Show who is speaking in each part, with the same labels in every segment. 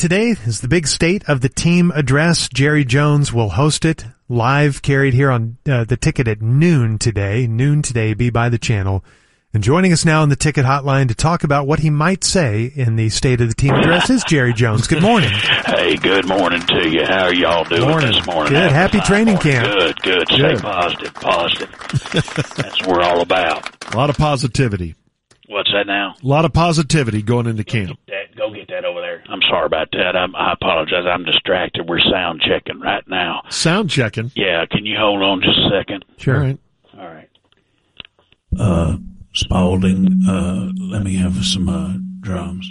Speaker 1: Today is the big state of the team address. Jerry Jones will host it live, carried here on uh, the ticket at noon today. Noon today, be by the channel. And joining us now on the ticket hotline to talk about what he might say in the state of the team address is Jerry Jones. Good morning.
Speaker 2: Hey, good morning to you. How are y'all doing
Speaker 1: Morning.
Speaker 2: this morning?
Speaker 1: Good.
Speaker 2: Have a
Speaker 1: Happy
Speaker 2: fine
Speaker 1: training
Speaker 2: morning.
Speaker 1: camp.
Speaker 2: Good, good.
Speaker 1: Good.
Speaker 2: Stay positive, positive. That's what we're all about.
Speaker 3: A lot of positivity.
Speaker 2: What's that now?
Speaker 3: A lot of positivity going into camp.
Speaker 2: That, go get that over there. I'm sorry about that. I'm, I apologize. I'm distracted. We're sound checking right now.
Speaker 3: Sound checking.
Speaker 2: Yeah, can you hold on just a second?
Speaker 1: Sure.
Speaker 3: All right.
Speaker 2: All right.
Speaker 4: Spalding, uh, let me have some uh, drums.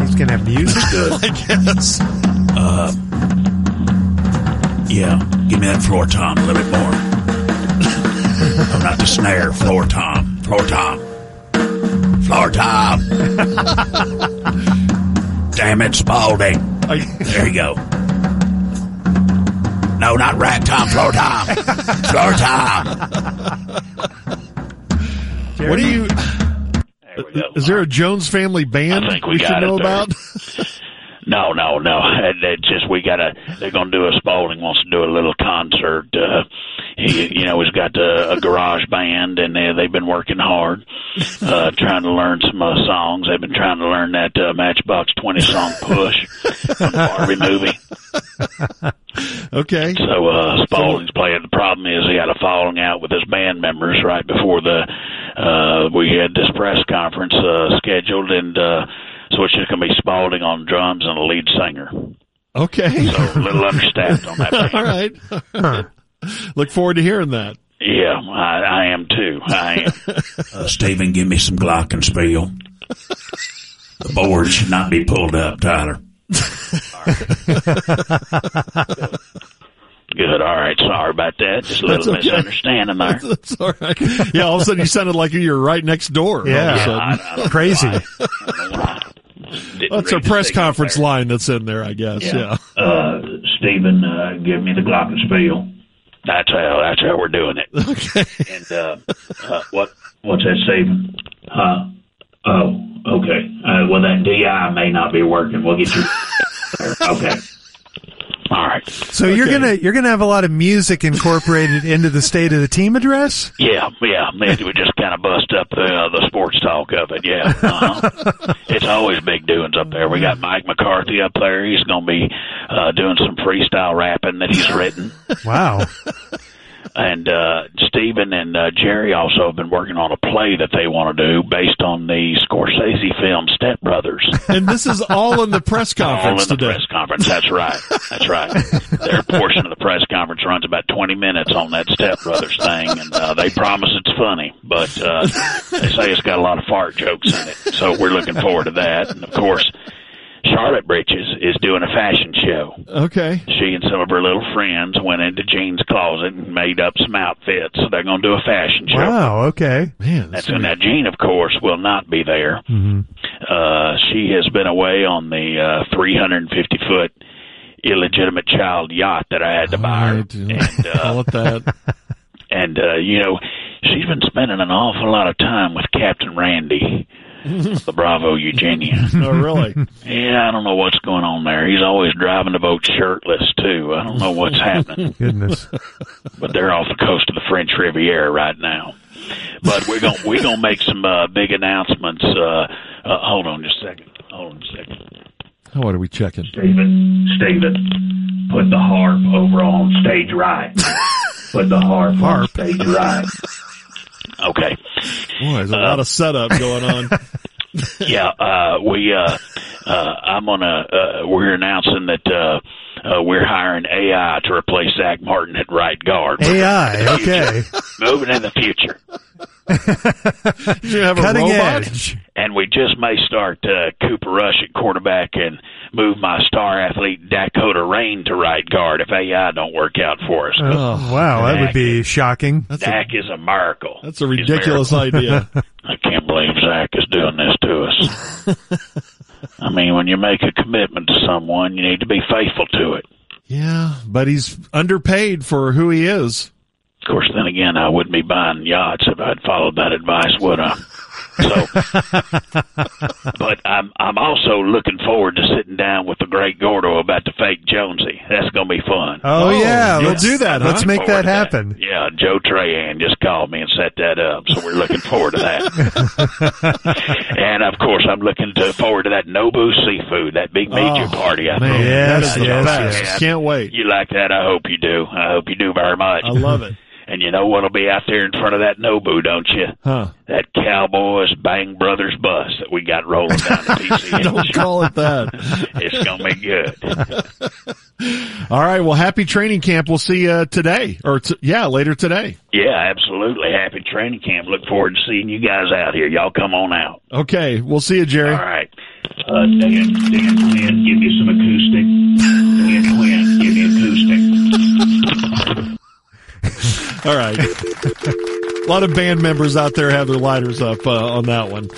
Speaker 1: He's going to have music.
Speaker 4: Good.
Speaker 3: Yes.
Speaker 4: Yeah, give me that floor tom a little bit more. no, not the snare, floor tom, floor tom, floor tom. Damn it, Spalding. There you go. No, not rap tom, floor tom, floor tom.
Speaker 3: What do you?
Speaker 2: There we go.
Speaker 3: Is there a Jones family band
Speaker 2: I think we
Speaker 3: should
Speaker 2: got it
Speaker 3: know
Speaker 2: there.
Speaker 3: about?
Speaker 2: No, no, no. That just we gotta. They're gonna do a Spalding wants to do a little concert. Uh, he, you know, he's got a, a garage band, and they, they've been working hard, uh, trying to learn some uh, songs. They've been trying to learn that uh, Matchbox Twenty song "Push" from the Barbie movie.
Speaker 3: Okay.
Speaker 2: So uh, Spalding's playing. The problem is he had a falling out with his band members right before the uh, we had this press conference uh, scheduled, and uh, so it's just gonna be Spalding on drums and a lead singer.
Speaker 3: Okay.
Speaker 2: So a little understaffed on that. band.
Speaker 3: All
Speaker 1: Huh.
Speaker 3: right. Look forward to hearing that.
Speaker 2: Yeah, I, I am too. I am.
Speaker 4: Uh, Stephen, give me some glockenspiel. The board should not be pulled up, Tyler.
Speaker 2: Good. All right. Sorry about that. Just a little
Speaker 3: That's okay.
Speaker 2: misunderstanding there.
Speaker 3: That's all right. Yeah. All of a sudden, you sounded like you were right next door. all of a
Speaker 1: Yeah.
Speaker 3: sudden.
Speaker 2: I- I don't know
Speaker 1: Crazy.
Speaker 2: why. I don't know why. Didn't
Speaker 3: That's a
Speaker 2: read the
Speaker 3: press
Speaker 2: signal
Speaker 3: conference
Speaker 2: there.
Speaker 3: line that's in there, I guess. Yeah.
Speaker 2: Uh, Stephen, uh, give me the glockenspiel. That's how. That's how we're doing it.
Speaker 3: Okay.
Speaker 2: And uh, uh, what? What's that, Stephen? Huh? Oh, okay. Uh, well, that DI may not be working. We'll get you. okay. All right.
Speaker 1: So you're
Speaker 3: Okay.
Speaker 1: gonna you're gonna have a lot of music incorporated into the state of the team address.
Speaker 2: Yeah, yeah. Maybe we just kind of bust up the uh, the sports talk of it. Yeah, uh-huh. it's always big doings up there. We got Mike McCarthy up there. He's going to be uh, doing some freestyle rapping that he's written,
Speaker 1: Wow.
Speaker 2: and uh, Stephen and uh, Jerry also have been working on a play that they want to do based on the Scorsese film Step Brothers.
Speaker 3: And this is all in the press
Speaker 2: All in
Speaker 3: conference
Speaker 2: the
Speaker 3: Oh, today.
Speaker 2: press conference. That's right. That's right. Their portion of the press conference runs about 20 minutes on that Step Brothers thing, and uh, they promise it's funny, but uh, they say it's got a lot of fart jokes in it. So we're looking forward to that. And of course, Charlotte Bridges is doing a fashion show.
Speaker 3: Okay.
Speaker 2: She and some of her little friends went into Jean's closet and made up some outfits. So they're going to do a fashion show.
Speaker 1: Wow. Okay.
Speaker 3: Man.
Speaker 2: That's
Speaker 3: That's
Speaker 2: and now Jean, of course, will not be there. Uh, she has been away on the uh, 350 foot illegitimate child yacht that I had to buy, her.
Speaker 3: Right, yeah.
Speaker 2: and uh,
Speaker 3: Call it that.
Speaker 2: and uh, you know she's been spending an awful lot of time with Captain Randy, the Bravo Eugenia.
Speaker 3: No, Oh, really.
Speaker 2: yeah, I don't know what's going on there. He's always driving the boat shirtless too. I don't know what's happening
Speaker 1: Goodness.
Speaker 2: but they're off the coast of the French Riviera right now. But we're gonna we're gonna make some uh, big announcements. Uh, uh, hold on just a second. Hold on just a second.
Speaker 3: What are we checking?
Speaker 2: Stephen, Stephen, put the harp over on stage right. Put the harp, on stage right. Okay.
Speaker 3: Boy, there's a lot of setup going on.
Speaker 2: Yeah. Uh, we uh, uh, I'm gonna uh, we're announcing that uh, uh, we're hiring AI to replace Zach Martin at right guard.
Speaker 1: AI. Okay.
Speaker 2: Moving in the future.
Speaker 3: You have a
Speaker 1: Cutting
Speaker 3: robot?
Speaker 1: edge.
Speaker 2: and we just may start uh, Cooper Rush at quarterback and move my star athlete Dakota Rain to right guard if AI don't work out for us.
Speaker 1: Oh, wow. That would be shocking.
Speaker 3: That's a,
Speaker 2: Zach is a miracle.
Speaker 3: that's a
Speaker 2: He's
Speaker 3: ridiculous idea.
Speaker 2: I can't believe Zach is doing this to us. I mean, when you make a commitment to someone, you need to be faithful to it.
Speaker 3: Yeah, but he's underpaid for who he is.
Speaker 2: Of course, then again, I wouldn't be buying yachts if I'd followed that advice, would I? So, but I'm I'm also looking forward to sitting down with the great Gordo about the fake Jonesy. That's gonna be fun.
Speaker 1: Oh,
Speaker 3: Oh,
Speaker 1: yeah,
Speaker 3: you'll
Speaker 1: let's
Speaker 3: do that, huh?
Speaker 1: Let's make
Speaker 2: forward
Speaker 1: that
Speaker 2: to
Speaker 1: happen.
Speaker 2: Yeah, Joe Trahan just called me and set that up, so we're looking forward to that. and of course, I'm looking to forward to that Nobu seafood, that big major
Speaker 3: Oh,
Speaker 2: party. I
Speaker 1: man.
Speaker 2: think
Speaker 1: Yes,
Speaker 3: that is
Speaker 1: yes,
Speaker 3: the best.
Speaker 2: yes.
Speaker 3: Can't wait.
Speaker 2: you like that. I hope you do. I hope you do very much.
Speaker 3: I love it.
Speaker 2: and you know what'll be out there in front of that Nobu, don't you?
Speaker 3: Huh?
Speaker 2: That Cowboys Bang Brothers bus that we got rolling down the PC.
Speaker 3: Don't call it that.
Speaker 2: It's gonna be good.
Speaker 3: All right. Well, happy training camp. We'll see you today, or t- yeah, later today.
Speaker 2: Yeah, absolutely. Happy training camp. Look forward to seeing you guys out here. Y'all come on out.
Speaker 3: Okay. We'll see you, Jerry.
Speaker 2: All right. Uh, Dan, Dan Quinn, give me some acoustic. Dan Quinn, give me acoustic.
Speaker 3: All right. A lot of band members out there have their lighters up uh, on that one.